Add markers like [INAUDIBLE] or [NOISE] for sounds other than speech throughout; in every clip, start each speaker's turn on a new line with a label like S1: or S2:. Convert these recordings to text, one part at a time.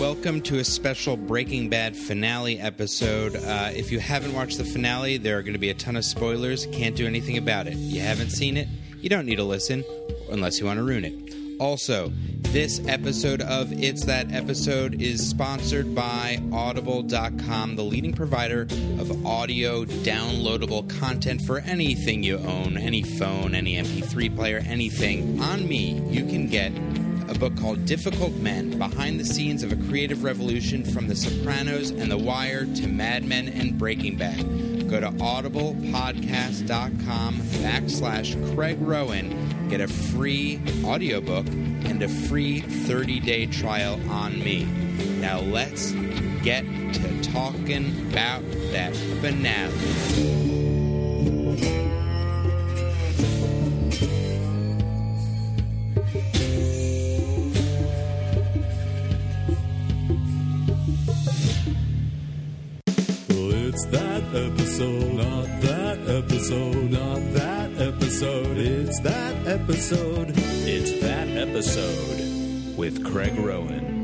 S1: Welcome to a special Breaking Bad finale episode. Uh, if you haven't watched the finale, there are going to be a ton of spoilers. Can't do anything about it. You haven't seen it, you don't need to listen unless you want to ruin it. Also, this episode of It's That Episode is sponsored by Audible.com, the leading provider of audio downloadable content for anything you own any phone, any MP3 player, anything. On me, you can get a book called Difficult Men Behind the Scenes of a Creative Revolution from The Sopranos and The Wire to Mad Men and Breaking Bad. Go to audiblepodcast.com backslash Craig Rowan, get a free audiobook and a free 30 day trial on me. Now let's get to talking about that finale.
S2: Well, it's that episode, not that episode, not that episode. It's that episode. It's that episode with Craig Rowan.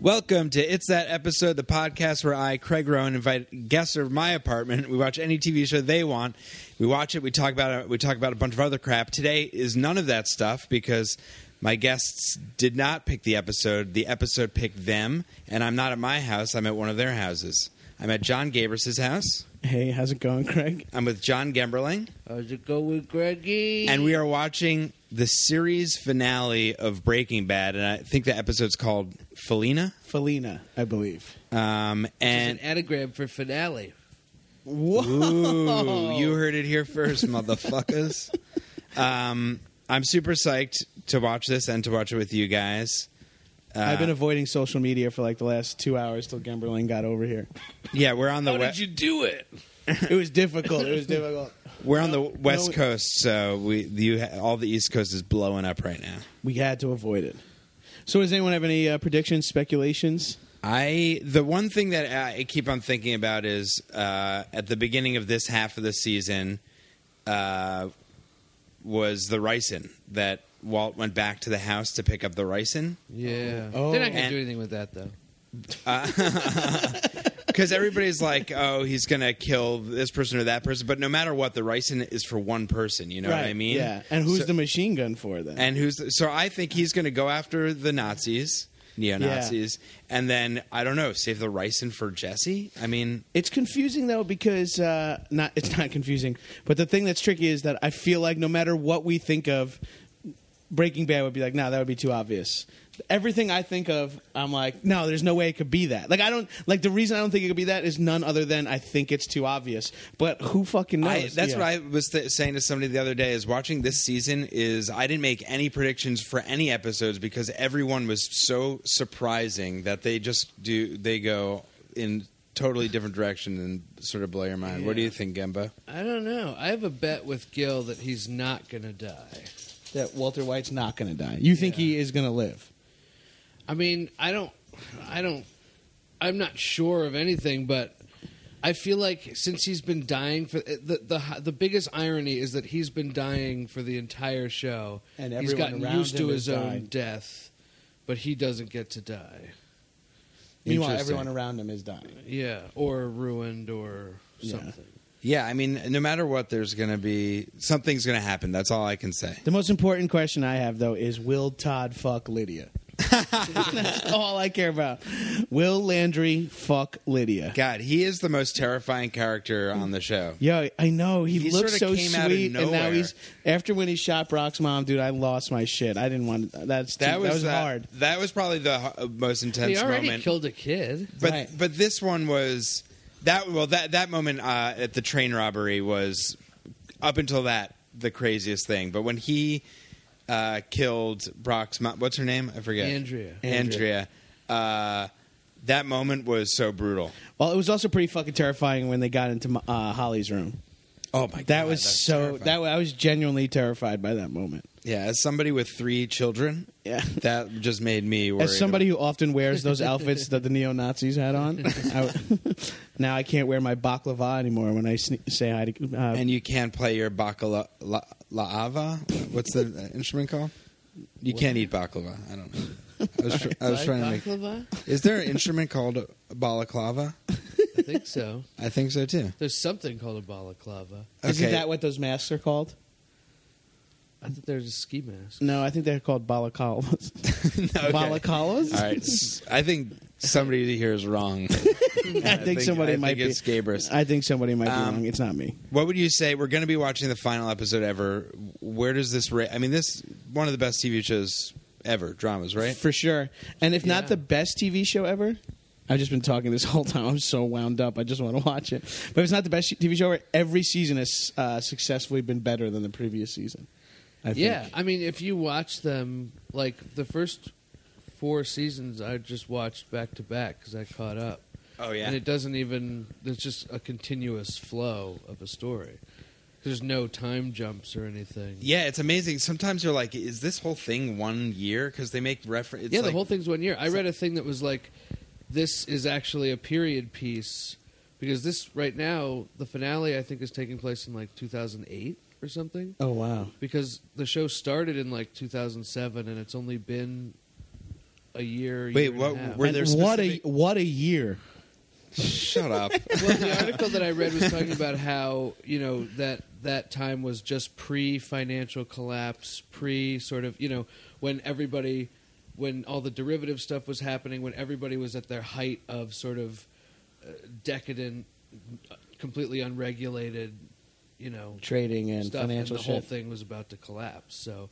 S1: Welcome to It's That Episode, the podcast where I, Craig Rowan, invite guests of my apartment. We watch any TV show they want. We watch it. We talk about it. We talk about a bunch of other crap. Today is none of that stuff because my guests did not pick the episode. The episode picked them, and I'm not at my house. I'm at one of their houses. I'm at John Gabris' house.
S3: Hey, how's it going, Craig?
S1: I'm with John Gemberling,
S4: How's it go with Greggy?
S1: and we are watching the series finale of Breaking Bad. And I think the episode's called Felina.
S3: Felina, I believe.
S1: Um, and
S4: an anagram for finale.
S1: Ooh, you heard it here first, motherfuckers. um, I'm super psyched to watch this and to watch it with you guys. Uh,
S3: I've been avoiding social media for like the last two hours till Gemberling got
S1: [LAUGHS]
S3: over here.
S1: Yeah, we're on the
S4: How
S1: we-
S4: did you do it?
S3: It was difficult. It was difficult.
S1: we're on the west
S3: no.
S1: coast, so we you ha- all the east coast is blowing up right now.
S3: We had to avoid it. So, does anyone have any uh, predictions, speculations?
S1: I the one thing that I keep on thinking about is uh, at the beginning of this half of the season uh, was the ricin that Walt went back to the house to pick up the ricin.
S4: Yeah.
S3: Oh.
S4: They're not going to
S1: And-
S4: do anything with that, though.
S1: Because everybody's like, oh, he's going to kill this person or that person. But no matter what, the ricin is for one person. You know what I mean?
S3: Yeah. And who's
S1: So-
S3: the machine gun for then?
S1: And who's. So I think he's going to go after the Nazis, neo Nazis. And then, I don't know, save the ricin for Jesse? I mean,
S3: it's confusing though because uh, not it's not confusing, but the thing that's tricky is that I feel like no matter what we think of, Breaking Bad would be like, no, that would be too obvious. Everything I think of, I'm like, no, there's no way it could be that. Like I don't like the reason I don't think it could be that is none other than I think it's too obvious. But who fucking knows?
S1: I, that's
S3: Yeah.
S1: what I was th- saying to somebody the other day is watching this season is I didn't make any predictions for any episodes because everyone was so surprising that they just do they go in totally different direction and sort of blow your mind. What do you think, Gemba?
S4: I don't know. I have a bet with Gil that he's not going to die.
S3: that Walter White's not going to die. You think
S4: Yeah.
S3: he is going to live?
S4: I mean, I don't, I don't, I'm not sure of anything, but I feel like since he's been dying for eh, the the the biggest irony is that he's been dying for the entire show,
S3: And
S4: he's
S3: everyone
S4: gotten
S3: around
S4: used to
S3: him
S4: his
S3: has
S4: own
S3: died.
S4: death, but he doesn't get to die.
S3: Meanwhile,
S1: Interesting.
S3: everyone around him is dying.
S4: Yeah, or ruined or
S3: Yeah.
S4: something.
S1: Yeah, I mean, no matter what, there's going to be something's going to happen. That's all I can say.
S3: The most important question I have though is will Todd
S1: [LAUGHS]
S3: fuck Lydia? That's all I care about. Will Landry fuck Lydia?
S1: God, he is the most terrifying character on the show.
S3: Yo, I know he,
S1: He sorta
S3: looks so
S1: came
S3: sweet,
S1: out of
S3: and now
S1: nowhere.
S3: he's after when he shot Brock's mom, dude. I lost my shit. I didn't want that's too-
S1: That was, uh,
S3: hard.
S1: That was probably the h- uh, most intense
S4: He already
S1: moment.
S4: killed a kid.
S1: but
S3: Right.
S1: but this one was that well that that moment uh, at the train robbery was up until that the craziest thing. But when he uh, killed Brock's mom, what's her name? I forget.
S4: Andrea.
S1: Andrea. Uh, that moment was so brutal.
S3: Well, it was also pretty fucking terrifying when they got into uh, Holly's room.
S1: Oh my god,
S3: That was so that wa- I was genuinely terrified by that moment.
S1: yeah. As somebody with three children,
S3: Yeah.
S1: that just made me. Worried
S3: As somebody who often
S1: [LAUGHS]
S3: wears those outfits that the neo Nazis had on, I w- [LAUGHS] now I can't wear my baklava anymore when I sne- say hi to. Uh,
S1: and you can't play your baklava. La, lava? What's the instrument called? You can't eat baklava. I don't know. I was, tr- I was trying to make.
S4: Baklava?
S1: Is there an instrument called a balaclava?
S4: I think so.
S1: I think so too. [LAUGHS]
S4: There's something called a balaclava.
S3: Isn't
S1: Okay.
S3: that what those masks are called?
S4: I think there's a ski mask.
S3: No, I think they're called balaclavas.
S1: [LAUGHS] Okay.
S3: [LAUGHS] Balaclavas?
S1: All right. S- I think somebody here is wrong.
S3: [LAUGHS] I, think somebody
S1: I
S3: might
S1: think it's
S3: be.
S1: Gabrus.
S3: I think somebody might
S1: Um,
S3: be wrong. It's not me.
S1: What would you say? We're going to be watching the final episode ever. Where does this rate? I mean, this one of the best TV shows ever, dramas, right?
S3: For sure. And if
S4: Yeah.
S3: not the best TV show ever, I've just been talking this [LAUGHS] whole time. I'm so wound up. I just want to watch it. But if it's not the best TV show ever, every season has uh, successfully been better than the previous season. I think.
S4: yeah, I mean, if you watch them, like the first four seasons, I just watched back to back because I caught up.
S1: Oh
S4: And it doesn't even. There's just a continuous flow of a story. There's no time jumps or anything.
S1: yeah, it's amazing. Sometimes you're like, is this whole thing one year? Because they make reference.
S4: yeah, the whole thing's one year. I read a thing that was like, this is actually a period piece because this right now the finale I think is taking place in like 2008 or something
S3: Oh wow.
S4: because the show started in like 2007 and it's only been a year.
S1: Wait,
S4: year and a
S1: what-
S4: half.
S1: were there
S3: And what a
S1: specific-
S3: what a year.
S1: Shut
S3: [LAUGHS]
S1: up.
S4: well, the article that I read was talking about how you know that that time was just pre-financial collapse, pre sort of you know when everybody, when all the derivative stuff was happening, when everybody was at their height of sort of uh, decadent, completely unregulated, you know,
S3: Trading and
S4: stuff,
S3: financial
S4: and the whole
S3: shit.
S4: thing was about to collapse. So.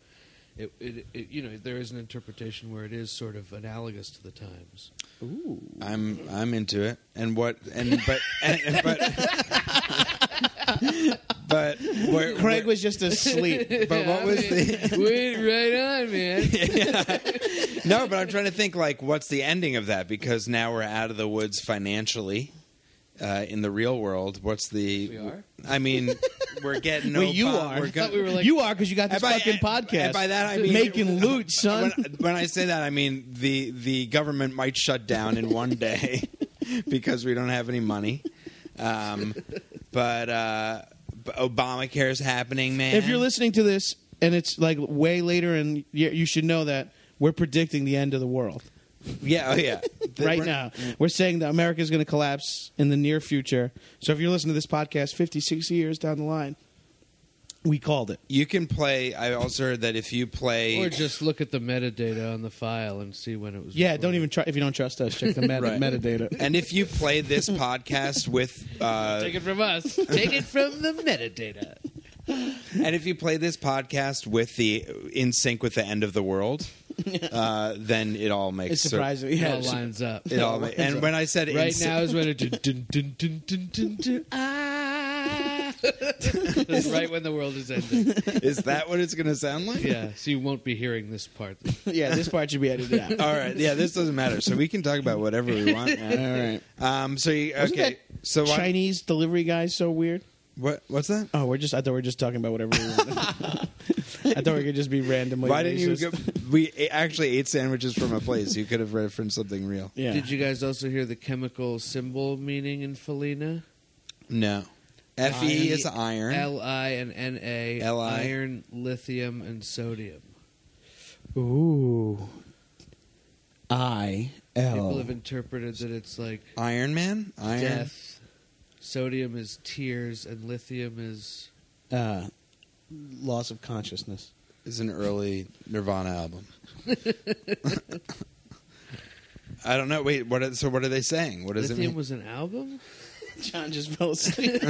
S4: It, it, it, you know, there is an interpretation where it is sort of analogous to the times.
S1: I'm I'm into it. And what? And but and, and- but [LAUGHS] but where,
S3: Craig
S1: where-
S3: was just asleep.
S1: But what was the?
S4: [LAUGHS] Wait, right on,
S1: [LAUGHS]
S4: man.
S1: No, but I'm trying to think like what's the ending of that because now we're out of the woods financially. Uh, in the real world, what's the?
S4: We are?
S1: I mean, we're getting.
S3: Well,
S1: no
S3: you
S1: pop-
S3: are.
S1: We're
S3: I
S1: gonna-
S4: thought we [LAUGHS] were like-
S3: you are because you got this
S1: And by-
S3: fucking
S1: and-
S3: podcast.
S1: and by that I mean [LAUGHS]
S3: making loot, son.
S1: When, when I say that, I mean the the government might shut down in one day [LAUGHS] because we don't have any money. Um, but uh, but Obamacare is happening, man.
S3: if you're listening to this and it's like way later, and you should know that we're predicting the end of the world.
S1: yeah, oh yeah, The-
S3: [LAUGHS] right
S1: we're-
S3: now. We're saying that America is going to collapse in the near future. So if you're listening to this podcast 56 years down the line, we called it.
S1: you can play. I also heard that if you play
S4: Or just look at the metadata on the file and see when it was.
S3: Yeah,
S4: recorded.
S3: don't even try. If you don't trust us,
S1: [LAUGHS]
S3: check the meta-
S1: Right.
S3: metadata.
S1: And if you play
S3: [LAUGHS]
S1: this podcast with, uh,
S4: take it from us. take it from the metadata.
S1: and if you play this podcast with the in sync with the end of the
S3: [LAUGHS]
S1: world, uh, then it all makes
S3: It's surprising.
S4: It
S3: Yeah,
S4: all lines up.
S1: [LAUGHS] It all. ma- and when I said
S4: [LAUGHS] right
S1: in-
S4: now is when it. Dun, dun, dun, dun, dun, dun, dun, ah. [LAUGHS] That's right when the world is ending.
S1: [LAUGHS] is that what it's going to sound like?
S4: Yeah, so you won't be hearing this part.
S3: [LAUGHS] yeah, this part should be edited out.
S1: [LAUGHS] All right. Yeah, this doesn't matter. So we can talk about whatever we want.
S3: [LAUGHS] All right.
S1: Um. So you,
S3: Wasn't
S1: okay.
S3: that
S1: So why-
S3: Chinese delivery guys so weird.
S1: what? What's that?
S3: Oh, we're just. I thought we were just talking about whatever we wanted.
S1: [LAUGHS]
S3: I thought we could just be randomly.
S1: Why didn't you?
S3: racist.
S1: Go, we a- actually ate sandwiches from a place. You could have referenced something real.
S3: Yeah.
S4: Did you guys also hear the chemical symbol meaning in Felina?
S1: No. Fe is iron.
S4: L I and N A.
S1: Li.
S4: Iron, lithium, and sodium.
S3: Ooh. I
S4: People
S3: L.
S4: have interpreted that it's like
S1: Iron Man. Oh. Iron.
S4: death. Sodium is tears, and lithium is
S3: Uh, loss of consciousness.
S1: is an early Nirvana
S3: [LAUGHS]
S1: album. I don't know. Wait, what? Are, so what are they saying? What does
S4: lithium
S1: it mean?
S4: was an album.
S3: John just fell [LAUGHS] asleep.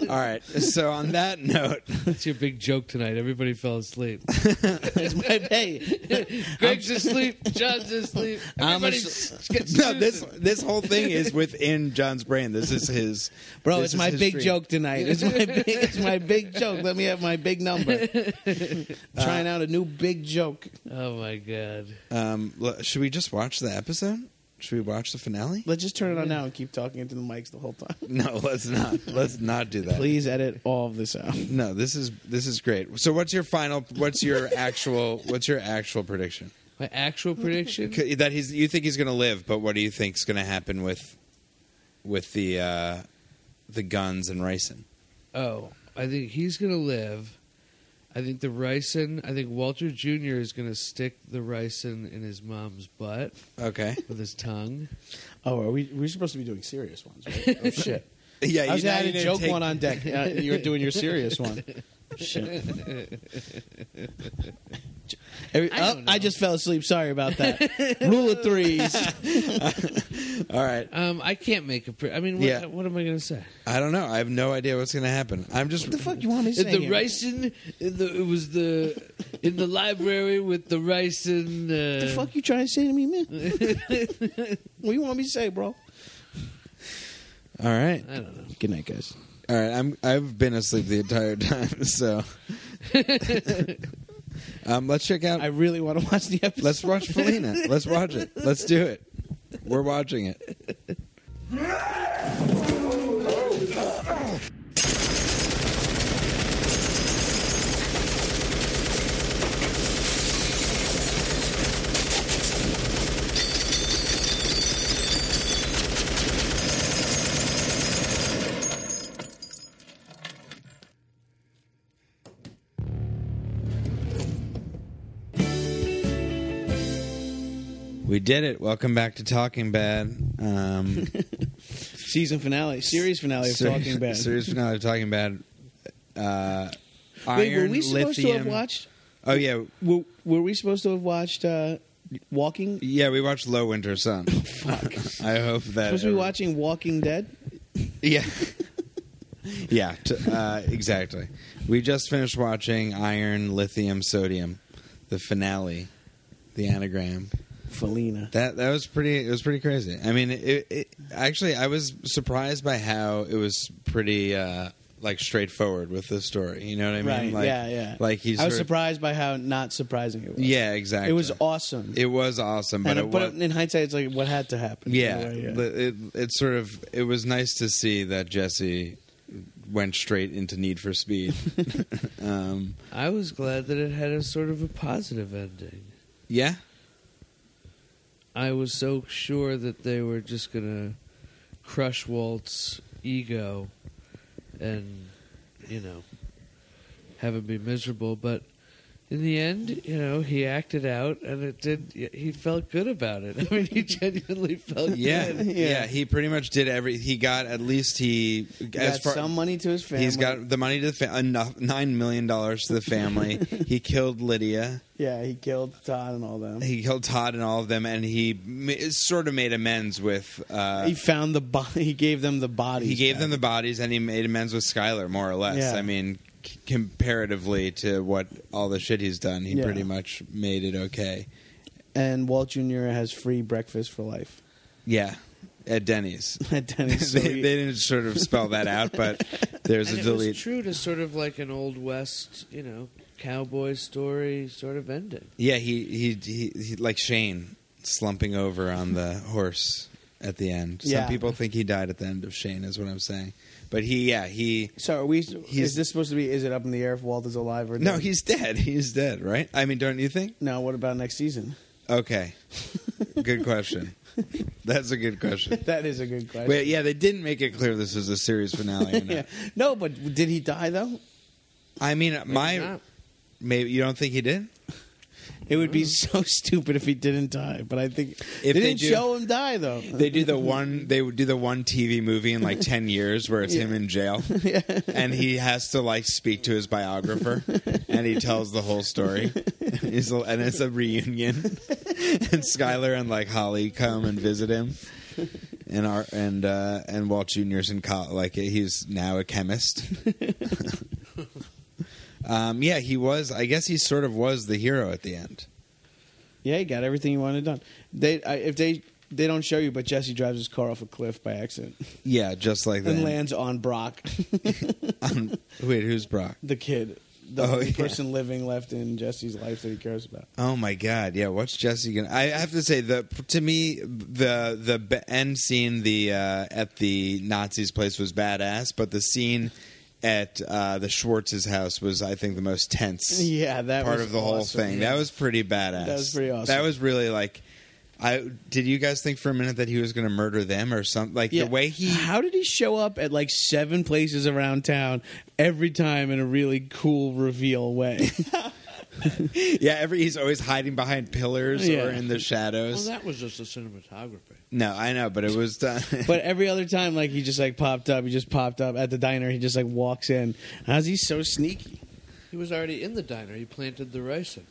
S1: All right. So on that [LAUGHS] note,
S4: That's your big joke tonight. Everybody fell
S1: [LAUGHS]
S4: asleep.
S3: That's my day.
S4: Greg's asleep. John's asleep.
S3: I'm
S4: Everybody's
S1: [LAUGHS]
S3: [LAUGHS]
S1: no, this this whole thing is within John's brain. This is his
S3: Bro,
S1: this
S3: oh, it's
S1: is
S3: my
S1: his
S3: big
S1: dream.
S3: joke tonight. It's my big, it's my big joke. Let me have my
S1: [LAUGHS]
S3: big number. Trying out a new big joke.
S4: Oh my god.
S1: Um, l- should we just watch the episode? Should we watch the finale?
S3: Let's just turn it on now and keep talking into the mics the whole time. [LAUGHS]
S1: No, let's not. Let's not do that.
S3: Please edit all of this out.
S1: No, this is this is great. So what's your final? What's your actual? What's your actual prediction?
S4: My actual prediction.
S1: C- that he's you think he's going to live, but what do you think's going to happen with with the uh, the guns and ricin?
S4: Oh, I think he's gonna live, I think the ricin. I think Walter Jr. is going to stick the ricin in his mom's butt
S1: Okay.
S4: with his tongue.
S3: Oh, are we? We're supposed to be doing serious ones, right? Oh shit!
S1: Yeah,
S3: I was
S1: now
S3: adding
S1: need to
S3: joke
S1: take-
S3: one on deck. Uh, you were doing your serious one. Shit. Every-
S4: I don't
S3: oh,
S4: know.
S3: I just fell asleep. Sorry about that. Rule of [LAUGHS] threes.
S1: All right.
S4: [LAUGHS] Um, I can't make a. Pre- I mean, what,
S1: Yeah.
S4: what am I going to say?
S1: I don't know. I have no idea what's going to happen. I'm just.
S3: the fuck you want me to say?
S4: the
S3: here?
S4: ricin. The, it was the in the library with the ricin. Uh,
S3: The fuck you trying to say to me, man? [LAUGHS] what you want me to say, bro?
S1: All right.
S4: I don't know.
S3: Good night, guys.
S1: All right. I'm. I've been asleep the entire time. [LAUGHS]
S3: [LAUGHS]
S1: So. um. Let's check out.
S3: I really want to watch the episode.
S1: Let's
S3: [LAUGHS]
S1: watch Felina. Let's watch it. Let's do it. We're watching it. We did it. Welcome back to Talking Bad.
S3: [LAUGHS]
S1: Um,
S3: season finale, series finale of
S1: seri-
S3: Talking Bad.
S1: Serious finale of Talking Bad. Uh,
S3: Wait,
S1: iron,
S3: were we supposed
S1: lithium.
S3: to have watched?
S1: Oh yeah,
S3: Were, were we supposed to have watched uh, Walking?
S1: yeah. We watched Low Winter Sun.
S3: [LAUGHS] Fuck.
S1: I hope that.
S3: supposed to be watching Walking Dead.
S1: Yeah. [LAUGHS] yeah. T- uh, exactly. We just finished watching Iron, Lithium, Sodium, the finale, the anagram.
S3: Felina.
S1: That that was pretty. It was pretty crazy. I mean, it, it actually I was surprised by how it was pretty uh, like straightforward with the story. You know what I mean?
S3: Right.
S1: Like,
S3: yeah, yeah.
S1: Like he's.
S3: I was surprised by how not surprising it was.
S1: Yeah, exactly.
S3: It was awesome.
S1: It was awesome, but
S3: and,
S1: it
S3: but
S1: was.
S3: in hindsight, it's like what had to happen.
S1: Yeah,
S3: In a way,
S1: the- It, it sort of it was nice to see that Jesse went straight into Need for
S3: [LAUGHS]
S1: Speed. um,
S4: I was glad that it had a sort of a positive ending.
S1: yeah,
S4: I was so sure that they were just gonna crush Walt's ego and you know have him be miserable, but in the end, you know, he acted out, and it did. He felt good about it. [LAUGHS] I mean, he genuinely felt
S1: yeah,
S4: good.
S1: yeah, He pretty much did every. He got at least he,
S3: He
S1: as
S3: got
S1: far
S3: some money to his family.
S1: he's got the money to the fa- enough nine million dollars to the family.
S3: [LAUGHS]
S1: he killed Lydia.
S3: Yeah, he killed Todd and all them. He,
S1: He killed Todd and all of them, and he ma- sort of made amends with. Uh,
S3: found the body. [LAUGHS] He gave them the bodies.
S1: he gave
S3: back.
S1: them the bodies and he made amends with Skylar, more or less.
S3: Yeah.
S1: I mean, c- comparatively to what all the shit he's done, he
S3: Yeah.
S1: pretty much made it okay.
S3: And Walt Jr. has free breakfast for life. [LAUGHS]
S1: Yeah, at Denny's.
S3: At
S1: [LAUGHS]
S3: Denny's. So
S1: they,
S3: he-
S1: they didn't sort of spell that out,
S3: [LAUGHS]
S1: but there's
S4: And
S1: a
S4: it
S1: delete.
S4: was true to sort of like an old west, you know, cowboy story sort of ending.
S1: yeah, he, he he he like Shane slumping over on the horse at the end. Some
S3: Yeah.
S1: people think he died at the end of Shane, is what I'm saying. But he, yeah, he.
S3: so are we?
S1: He's-
S3: is this supposed to be? Is it up in the air if Walt is alive or
S1: No,
S3: dead?
S1: he's dead. [LAUGHS] He's dead, right? I mean, don't you think?
S3: Now, what about next season? [LAUGHS]
S1: Okay. Good question. That's a good question.
S3: That is a good question.
S1: Wait, yeah, they didn't make it clear this was a series finale. or not.
S3: [LAUGHS] yeah. No, but did he die though?
S1: I mean, my
S4: not.
S1: maybe you don't think he did.
S3: It would be so [LAUGHS] stupid if he didn't die. But I think
S1: If
S3: they
S1: they
S3: didn't
S1: do-
S3: show him die though. [LAUGHS]
S1: They do the one. They would do the one TV movie in like ten years where it's him in jail, and he has to like speak to his biographer, and he tells the whole story. [LAUGHS] He's, and it's a reunion, [LAUGHS] and Skylar and like Holly come and visit him, and our and uh, and Walt Junior's in college. Like he's now a chemist. [LAUGHS] um, yeah, he was. I guess he sort of was the hero at the end.
S3: yeah, he got everything he wanted done. They I, if they they don't show you, but Jesse drives his car off a cliff by accident [LAUGHS]
S1: Yeah, just like that.
S3: and lands
S1: [LAUGHS]
S3: on Brock,
S1: Um, [LAUGHS] wait, who's Brock?
S3: the kid, the
S1: Oh,
S3: only
S1: yeah.
S3: person living left in Jesse's life that he cares about.
S1: Oh my god, yeah. What's Jesse gonna? I have to say the to me the the b- end scene the uh, at the Nazis' place was badass, but the scene at uh, the Schwartz's house was I think the most tense.
S3: Yeah, that
S1: part
S3: was
S1: of the whole
S3: awesome.
S1: thing. That was pretty badass.
S3: That was pretty awesome.
S1: That was really like. I did you guys think for a minute that he was going to murder them or something? Like
S3: Yeah.
S1: the way
S3: [LAUGHS]
S1: he
S3: How did he show up at like seven places around town every time in a really cool reveal way?
S1: Yeah, every he's always hiding behind pillars
S3: Yeah.
S1: or in the
S4: Well,
S1: shadows.
S4: that was just the cinematography.
S1: no, I know, but it was done. [LAUGHS]
S3: but every other time, like he just like popped up. He just popped up at the diner. He just like walks in. How's he so sneaky?
S4: He was already in the diner. He planted the rice in.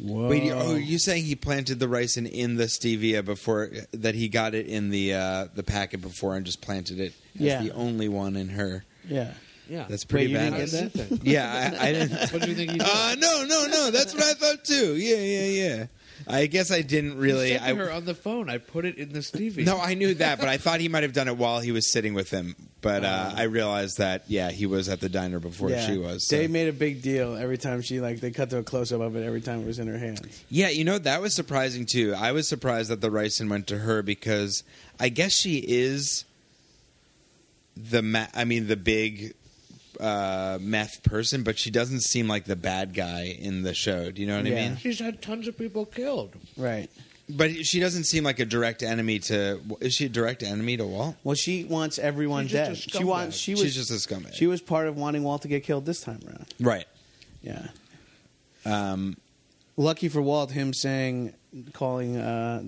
S3: Whoa.
S1: Wait, you- oh, you saying he planted the ricin in the stevia before that he got it in the uh, the packet before and just planted it as
S3: Yeah.
S1: the only one in her.
S3: yeah.
S4: Yeah.
S1: That's pretty
S3: you didn't
S1: bad.
S3: get that?
S1: Yeah, I, I
S3: [LAUGHS]
S1: didn't. [LAUGHS]
S4: what do you think he did?
S1: Uh, no, no, no. That's what I thought too. Yeah, yeah, yeah. I guess I didn't really.
S4: He said to
S1: I,
S4: her on the phone, I put it in the Stevie.
S1: No, I knew that, but I thought he might have done it while he was sitting with him. But
S3: [LAUGHS]
S1: uh, I realized that yeah, he was at the diner before
S3: Oh. Yeah.
S1: she was. so-
S3: They made a big deal every time she like they cut to a close up of it every time it was in her hands.
S1: Yeah, you know that was surprising too. I was surprised that the ricin went to her because I guess she is the ma- I mean the big uh, meth person, but she doesn't seem like the bad guy in the show. Do you know what I
S3: Yeah.
S1: mean?
S4: She's had tons of people killed.
S3: Right.
S1: But she doesn't seem like a direct enemy to. Is she a direct enemy to Walt?
S3: Well, she wants everyone
S4: She's just a
S3: dead. She wants.
S4: scumbag.
S3: She was.
S1: She's just a scumbag,
S3: she was part of wanting Walt to get killed this time around.
S1: right?
S3: Yeah.
S1: Um,
S3: Lucky for Walt, him saying, calling uh,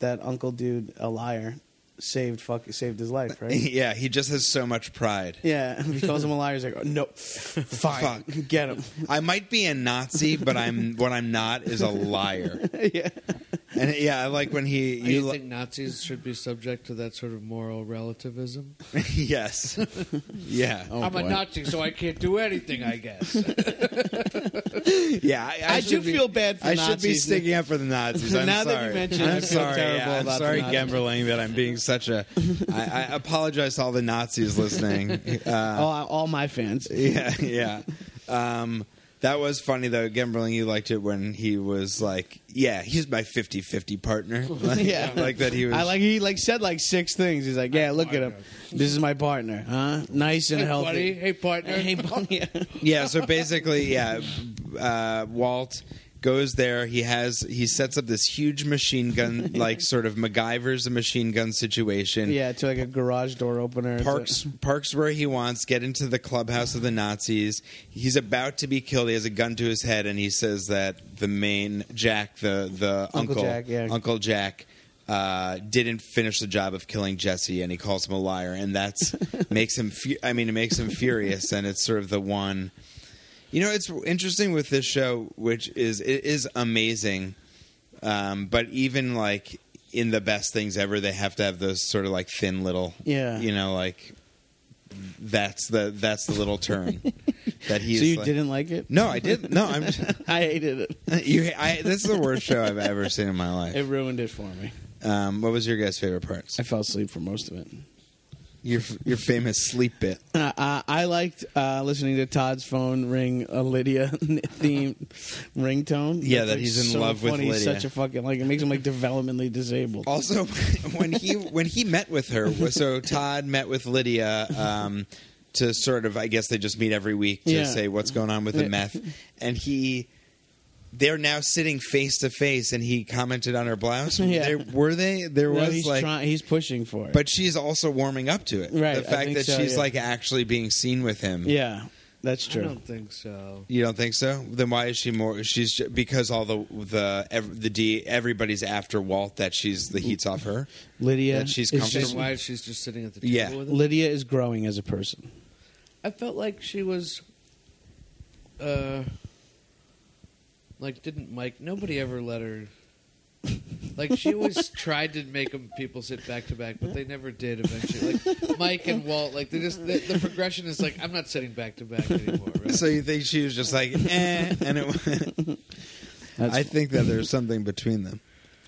S3: that uncle dude a liar, saved fuck, saved his life, right?
S1: [LAUGHS] yeah, he just has so much pride.
S3: yeah, he calls him a liar. He's like, oh, no, fine,
S1: Fuck.
S3: get him. [LAUGHS]
S1: I might be a Nazi, but I'm what I'm not is a
S3: [LAUGHS]
S1: liar.
S3: yeah,
S1: And yeah, I like when he
S4: Do you
S1: li-
S4: think Nazis should be subject to that sort of moral relativism?
S1: [LAUGHS]
S3: [LAUGHS]
S1: yes. Yeah. Oh.
S4: I'm a Nazi, so I can't do anything. I guess.
S1: Yeah. I, I
S3: I,
S1: should
S3: do
S1: be,
S3: feel bad for
S1: I
S3: Nazis.
S1: should be sticking up for the
S3: [LAUGHS]
S1: Nazis. I'm
S3: Now that you
S1: sorry.
S3: mention it, I
S1: I'm
S3: feel
S1: sorry.
S3: terrible
S1: yeah, I'm
S3: about the
S1: sorry,
S3: Nazis.
S1: Gemberling, that I'm being such a.
S3: [LAUGHS]
S1: I, I apologize to all the Nazis listening. Uh,
S3: all, all my fans.
S1: yeah, yeah. Um, that was funny though. Gemberling, you liked it when he was like, "Yeah, he's my 50-50 partner." [LAUGHS] Like,
S3: Yeah.
S1: like that. He was.
S3: I like he like said like six things. He's like, yeah, look at him. This is my partner, huh? Nice and
S4: hey, buddy.
S3: healthy.
S4: Hey, partner.
S3: Hey, buddy.
S1: Yeah, so basically, yeah, uh, Walt goes there. He has he sets up this huge machine
S3: [LAUGHS]
S1: gun, like sort of MacGyver's a machine gun situation.
S3: yeah, to like a garage door opener.
S1: Parks parks where he wants. Get into the clubhouse of the Nazis. He's about to be killed. He has a gun to his head, and he says that the main Jack, the the
S3: Uncle
S1: uncle,
S3: Jack, yeah.
S1: Uncle Jack, uh, didn't finish the job of killing Jesse, and he calls him a liar, and
S3: [LAUGHS]
S1: that's makes him. Fu- I mean, it makes him furious, and it's sort of the one. You know, it's interesting with this show, which is it is amazing, um, but even like in the best things ever, they have to have those sort of like thin little,
S3: Yeah.
S1: you know, like that's the that's the little
S3: [LAUGHS]
S1: turn that he's.
S3: so you
S1: like-
S3: didn't
S1: [LAUGHS]
S3: like it? [LAUGHS]
S1: No, I didn't. No, I'm.
S3: I hated
S1: [LAUGHS]
S3: it.
S1: You, I, this is the worst show I've ever seen in my
S3: It
S1: life.
S3: ruined it for me.
S1: Um, what was your guys' favorite parts?
S3: I fell asleep for most of it.
S1: Your your famous sleep bit.
S3: Uh, uh, I liked uh, listening to Todd's phone ring a Lydia [LAUGHS] theme ringtone.
S1: Yeah, that
S3: That's, like,
S1: he's in
S3: so
S1: love with
S3: funny. He's
S1: Lydia.
S3: Such a fucking like it makes him like developmentally disabled.
S1: Also, [LAUGHS] when he when he met with her, so Todd met with Lydia um, to sort of, I guess they just meet every week to
S3: Yeah.
S1: say what's going on with
S3: Yeah.
S1: the meth, and he. They're now sitting face to face, and he commented on her blouse.
S3: [LAUGHS] Yeah.
S1: There, were they? There
S3: No,
S1: was
S3: he's
S1: like,
S3: try- he's pushing for it.
S1: but she's also warming up to it.
S3: Right,
S1: the
S3: I
S1: fact
S3: think
S1: that
S3: so,
S1: she's
S3: yeah.
S1: like actually being seen with him.
S3: yeah, that's
S4: I
S3: true.
S4: don't think so.
S1: You don't think so? Then why is she more? She's ju- because all the the ev- the D everybody's after Walt that she's
S3: Mm.
S1: the heat's off her.
S3: Lydia,
S1: That she's
S3: is
S1: comfortable.
S3: just-
S4: Just why she's just sitting at the table
S1: Yeah.
S4: with him.
S3: Lydia is growing as a person.
S4: I felt like she was, uh, like didn't Mike? Nobody ever let her. Like she always tried to make 'em- people sit back to back, but they never did. Eventually, like Mike and Walt, like they just the, the progression is like I'm not sitting back to back anymore. Right?
S1: So you think she was just like, eh, and it went.
S3: [LAUGHS] That's,
S1: I think that there's something between them.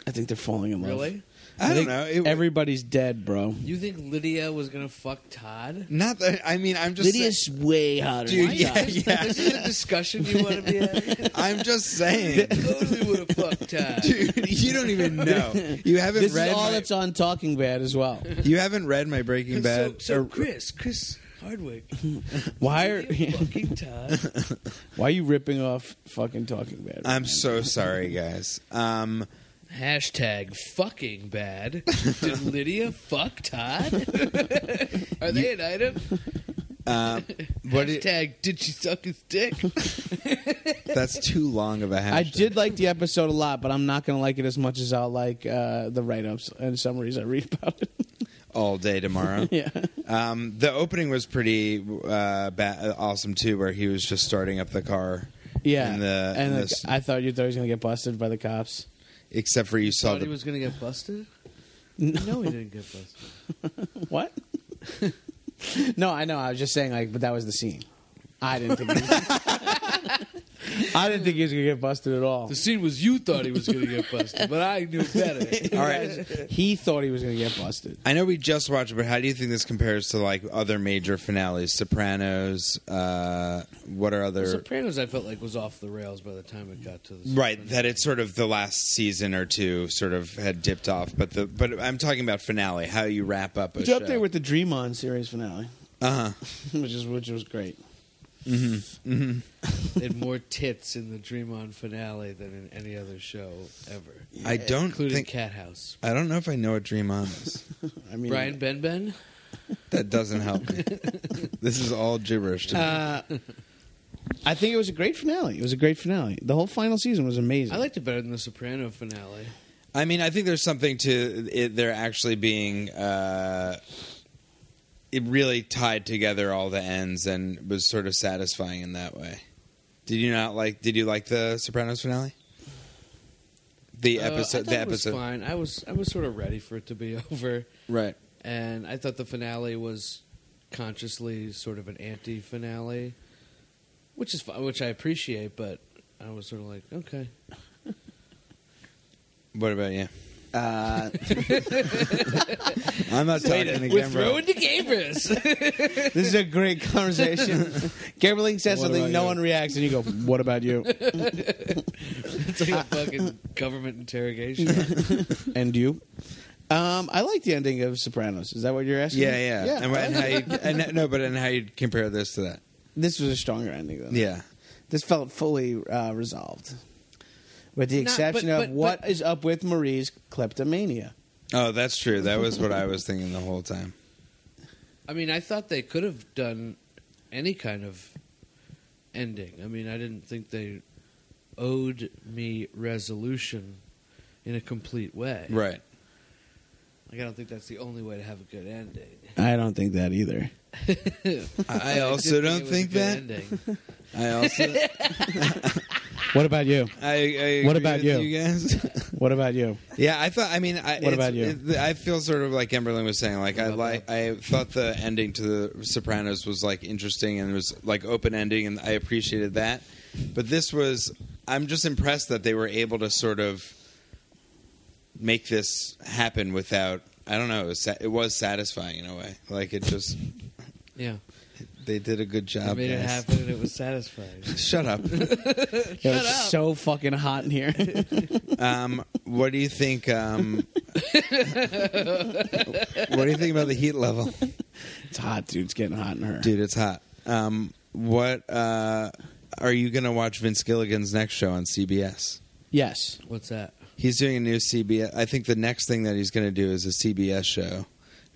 S3: I think they're falling in love.
S4: really,
S1: I, don't
S3: think
S1: know. It,
S3: Everybody's dead, bro.
S4: you think Lydia was gonna fuck Todd?
S1: not that I mean, I'm just.
S3: Lydia's way hotter.
S1: Dude,
S3: than
S1: yeah,
S3: Todd.
S4: This- This is a discussion you want to
S1: [LAUGHS]
S4: be having.
S1: I'm just
S3: [LAUGHS]
S1: saying,
S4: totally would have fucked Todd.
S1: dude. You don't even know. You haven't
S3: This is
S1: read.
S3: all
S1: my,
S3: that's on Talking Bad as
S4: [LAUGHS]
S3: well.
S1: [LAUGHS] you haven't read my Breaking
S4: So-
S1: Bad. Er,
S4: so,
S1: or-
S4: Chris, Chris Hardwick,
S3: Why are
S4: Lydia
S3: [LAUGHS]
S4: fucking Todd.
S3: why are you ripping off fucking Talking Bad?
S1: I'm so sorry, guys. Um,
S4: Hashtag
S1: [LAUGHS]
S4: fucking bad. Did Lydia fuck Todd? Are they an item?
S1: Um, what do you-
S4: Hashtag did she suck his
S1: [LAUGHS]
S4: dick?
S1: that's too long of a hashtag.
S3: I did like the episode a lot, but I'm not going to like it as much as I'll like uh, the write ups and summaries I read about it. [LAUGHS]
S1: all day tomorrow.
S3: yeah.
S1: Um, the opening was pretty uh, ba- awesome too, where he was just starting up the car.
S3: Yeah.
S1: In the,
S3: and
S1: in
S3: the-
S1: this-
S3: I thought you thought he was going to get busted by the cops. [LAUGHS]
S1: except for you saw
S4: Thought
S1: the
S4: he was gonna get busted. No, he didn't get busted.
S3: What? [LAUGHS] no, I know. I was just saying, like, but that was the scene. I didn't think. He was, [LAUGHS] I didn't think he was gonna get busted at all.
S4: The scene was you thought he was gonna get busted, but I knew
S1: [LAUGHS]
S4: better.
S1: all right.
S3: He thought he was gonna get busted.
S1: I know we just watched it, but how do you think this compares to like other major finales? Sopranos. Uh, what are other?
S4: Sopranos, I felt like was off the rails by the time it got to the
S1: Right, that it's sort of the last season or two sort of had dipped off, but the but I'm talking about finale, how you wrap up a
S3: It's
S1: show.
S3: up there with the Dream On series finale, [LAUGHS]
S1: uh-huh.
S3: which is which was great.
S4: They had more tits in the Dream On finale than in any other show ever,
S1: I don't
S4: including
S1: think
S4: Cat House.
S1: I don't know if I know what Dream On is.
S3: I mean,
S4: Brian Ben Ben.
S1: that doesn't help me. this is all gibberish to me.
S3: Uh, [LAUGHS] I think it was a great finale. It was a great finale. The whole final season was amazing.
S4: I liked it better than the Soprano finale.
S1: I mean, I think there's something to it, there actually being uh, it really tied together all the ends and was sort of satisfying in that way. Did you not like? Did you like the Sopranos finale? The
S4: Uh, I
S1: episode.
S4: thought
S1: the
S4: it was
S1: episode.
S4: fine. I was I was sort of ready for it to be [LAUGHS] over,
S1: Right.
S4: and I thought the finale was consciously sort of an anti finale, which is fi- which I appreciate, but I was sort of like, okay,
S1: What about you?
S3: Uh,
S1: I'm not talking
S4: we're
S1: again, bro.
S4: throwing the gamers.
S1: [LAUGHS]
S4: [LAUGHS]
S3: this is a great conversation. [LAUGHS] Gambling says
S1: What
S3: something,
S1: about
S3: no
S1: you?
S3: one reacts, and you go, "What about you?"
S4: it's like a fucking government
S1: [LAUGHS]
S4: interrogation.
S3: and you. Um, I like the ending of Sopranos. Is that what you're asking?
S1: Yeah,
S3: me?
S1: yeah.
S3: yeah.
S1: And, and how you,
S4: [LAUGHS]
S1: and, no, but and how you compare this to that?
S3: this was a stronger ending than
S1: Yeah.
S3: This felt fully uh, resolved, with the
S4: Not-
S3: exception
S4: but-
S3: of
S4: but-
S3: what is
S4: but-
S3: up with Marie's kleptomania.
S1: Oh, that's true. That was what I was thinking the whole time.
S4: I mean, I thought they could have done any kind of ending. I mean, I didn't think they owed me resolution in a complete way. [LAUGHS]
S1: Right.
S4: Like, I don't think that's the only way to have a good ending.
S3: I don't think that either.
S4: [LAUGHS]
S1: I, I
S4: did
S1: also
S4: it
S1: don't
S4: was a
S1: think
S4: good
S1: that. [LAUGHS]
S4: ending.
S1: I also.
S3: What about you?
S1: I, I agree
S3: What about
S1: with
S3: you?
S1: guys? [LAUGHS]
S3: What about you?
S1: yeah, I thought. I mean, I, it's-
S3: What about you?
S1: It, I feel sort of like Emberlyn was saying. Like I
S4: What about
S1: like. I thought the ending to the Sopranos was like interesting and was like open ending, and I appreciated that. But this was. I'm just impressed that they were able to sort of make this happen without. I don't know. It was, sa- it was satisfying in a way. Like it just.
S4: Yeah,
S1: They did a good
S4: I
S1: job.
S4: made it
S1: guys.
S4: happen, and it was
S1: [LAUGHS]
S4: satisfying.
S1: Shut up.
S3: It's so fucking hot in [LAUGHS] here.
S1: Um, what do you think? Um, what do you think about the heat level,
S3: it's hot, dude. It's getting hot in her.
S1: dude? It's hot. Um, what uh, are you gonna watch? Vince Gilligan's next show on CBS.
S3: Yes.
S4: What's that?
S1: He's doing a new CBS. I think the next thing that he's gonna do is a CBS show.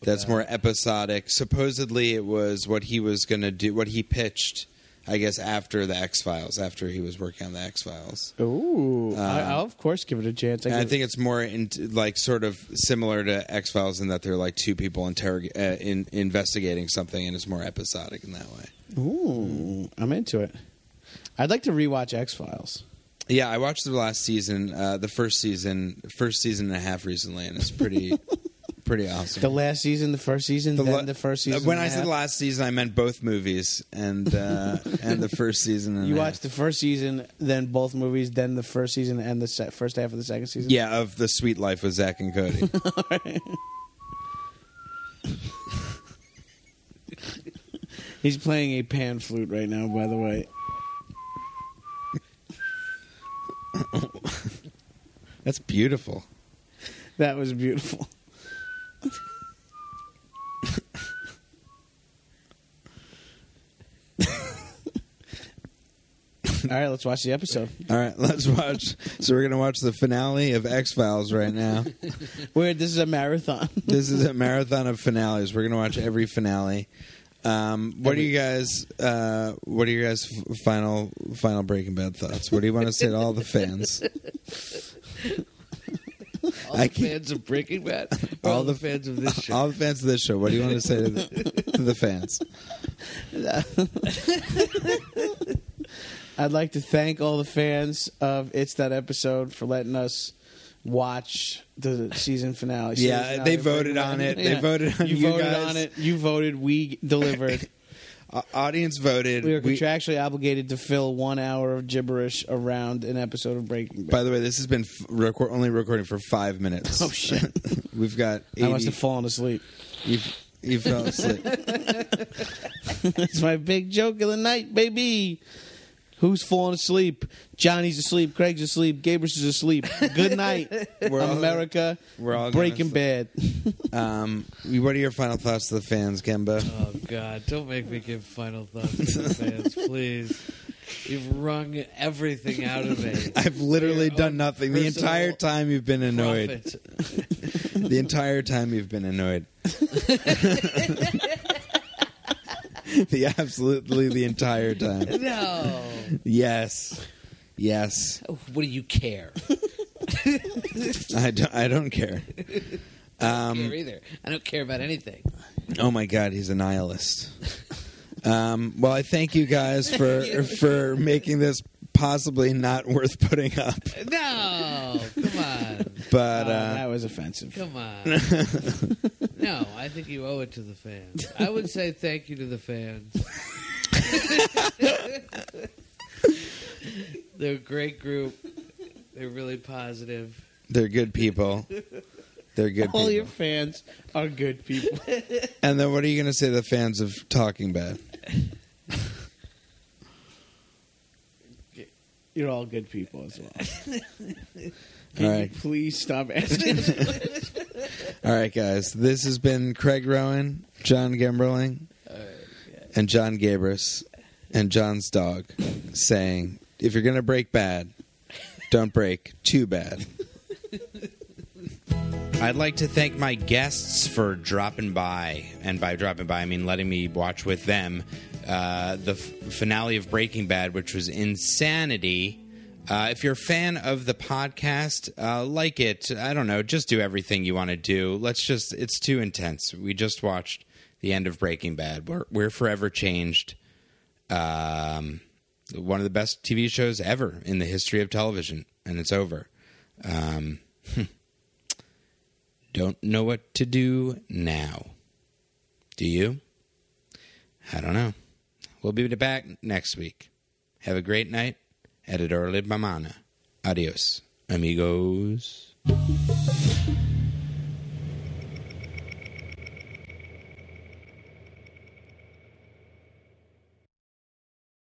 S1: That's more episodic. Supposedly, it was what he was gonna do. What he pitched, I guess, after the X Files. After he was working on the X Files.
S3: Ooh. I,
S1: Uh,
S3: I'll of course give it a chance.
S1: And I
S3: give-
S1: think it's more in, like sort of similar to X Files in that they're like two people interrog- uh, in, investigating something, and it's more episodic in that way.
S3: Ooh, I'm into it. I'd like to rewatch X Files.
S1: Yeah, I watched the last season, uh, the first season, first season and a half recently, and it's
S3: [LAUGHS]
S1: pretty, pretty awesome.
S3: The last season, the first season,
S1: The
S3: then
S1: la-
S3: the first season.
S1: When
S3: and
S1: I
S3: a
S1: said
S3: half.
S1: last season, I meant both movies and
S3: [LAUGHS]
S1: uh, and the first season. And
S3: You
S1: a
S3: watched
S1: half.
S3: the first season, then both movies, then the first season and the se- first half of the second season.
S1: yeah of the Sweet Life with Zach and
S3: [LAUGHS]
S1: Cody.
S3: he's playing a pan flute right now. By the way,
S1: That's beautiful.
S3: that was beautiful. [LAUGHS] All right, let's watch the episode.
S1: All right, let's watch. So we're gonna watch the finale of X Files right now.
S3: Weird. This is a marathon.
S1: this is a marathon of finales. We're gonna watch every finale. Um, what are you guys? Uh, what are you guys' f- final final Breaking Bad thoughts? What do you want to say to all the
S3: [LAUGHS]
S1: fans?
S4: All
S1: I
S4: the
S1: can't-
S4: fans of Breaking
S1: [LAUGHS]
S4: Bad, or
S1: All
S4: all the
S1: the-
S4: fans of
S1: [LAUGHS]
S4: this show.
S1: All the fans of this show. What do you want to say to the, to the fans?
S3: I'd like to thank all the fans of It's That Episode for letting us watch the season finale. Season
S1: Yeah,
S3: finale
S1: they
S3: of Breaking
S1: voted on
S3: Bad.
S1: it. They voted on
S3: you.
S1: you
S3: voted
S1: guys.
S3: on it. You voted. We
S1: [LAUGHS]
S3: delivered.
S1: Uh, audience voted.
S3: we were
S1: We-
S3: contractually obligated to fill one hour of gibberish around an episode of Breaking Bad.
S1: by the way, this has been f- record, only recording for five minutes.
S3: Oh, shit.
S1: [LAUGHS] We've got. 80,
S3: I must have fallen asleep. [LAUGHS]
S1: you, you fell asleep.
S3: It's my big joke of the night, baby. Who's falling asleep? Johnny's asleep. Craig's asleep. Gabrus is asleep. Good night,
S1: [LAUGHS] We're all-
S3: America.
S1: we're all gonna
S3: Breaking
S1: sleep.
S3: Bad.
S1: Um, what are your final thoughts to the fans,
S4: [LAUGHS]
S1: Gemba?
S4: Oh God! Don't make me give final thoughts to
S1: [LAUGHS]
S4: the fans, please. You've wrung everything out
S1: [LAUGHS]
S4: of me.
S1: I've literally
S4: Your
S1: done
S4: own
S1: nothing the
S4: personal
S1: entire time you've been annoyed.
S4: Profit.
S1: The entire time you've been
S3: [LAUGHS]
S1: annoyed. the absolutely the entire time.
S4: No.
S1: Yes. Yes.
S4: What do you care?
S1: I don't, I don't care. Um,
S4: I don't care either. I don't care about anything.
S1: Oh my god, he's a nihilist. Um, well, I thank you guys for for making this possibly not worth putting up.
S4: No, come on,
S1: But
S3: Uh,
S1: uh,
S3: that was offensive.
S4: come on. No, I think you owe it to the fans. I would say thank you to the fans. They're a great group. They're really positive.
S1: they're good people. They're good
S3: All
S1: people.
S3: your fans are good people.
S1: And then what are you going to say to the fans of Talking Bad?
S3: You're all good people as well.
S1: All
S3: Can you
S1: right.
S3: please stop asking?
S1: All right, guys. This has been Craig Rowan, John Gemberling, and John Gabris, and John's dog saying, if you're going to break bad, don't break too bad. I'd like to thank my guests for dropping by, and by dropping by, I mean letting me watch with them uh, the f- finale of Breaking Bad, which was insanity. Uh, if you're a fan of the podcast, uh, like it, I don't know, just do everything you want to do. Let's just, it's too intense. We just watched the end of Breaking Bad. We're, we're forever changed um, one of the best TV shows ever in the history of television, and it's over. Um, don't know what to do now. Do you? I don't know. We'll be back next week. Have a great night. Editor Mamana. Adios, amigos.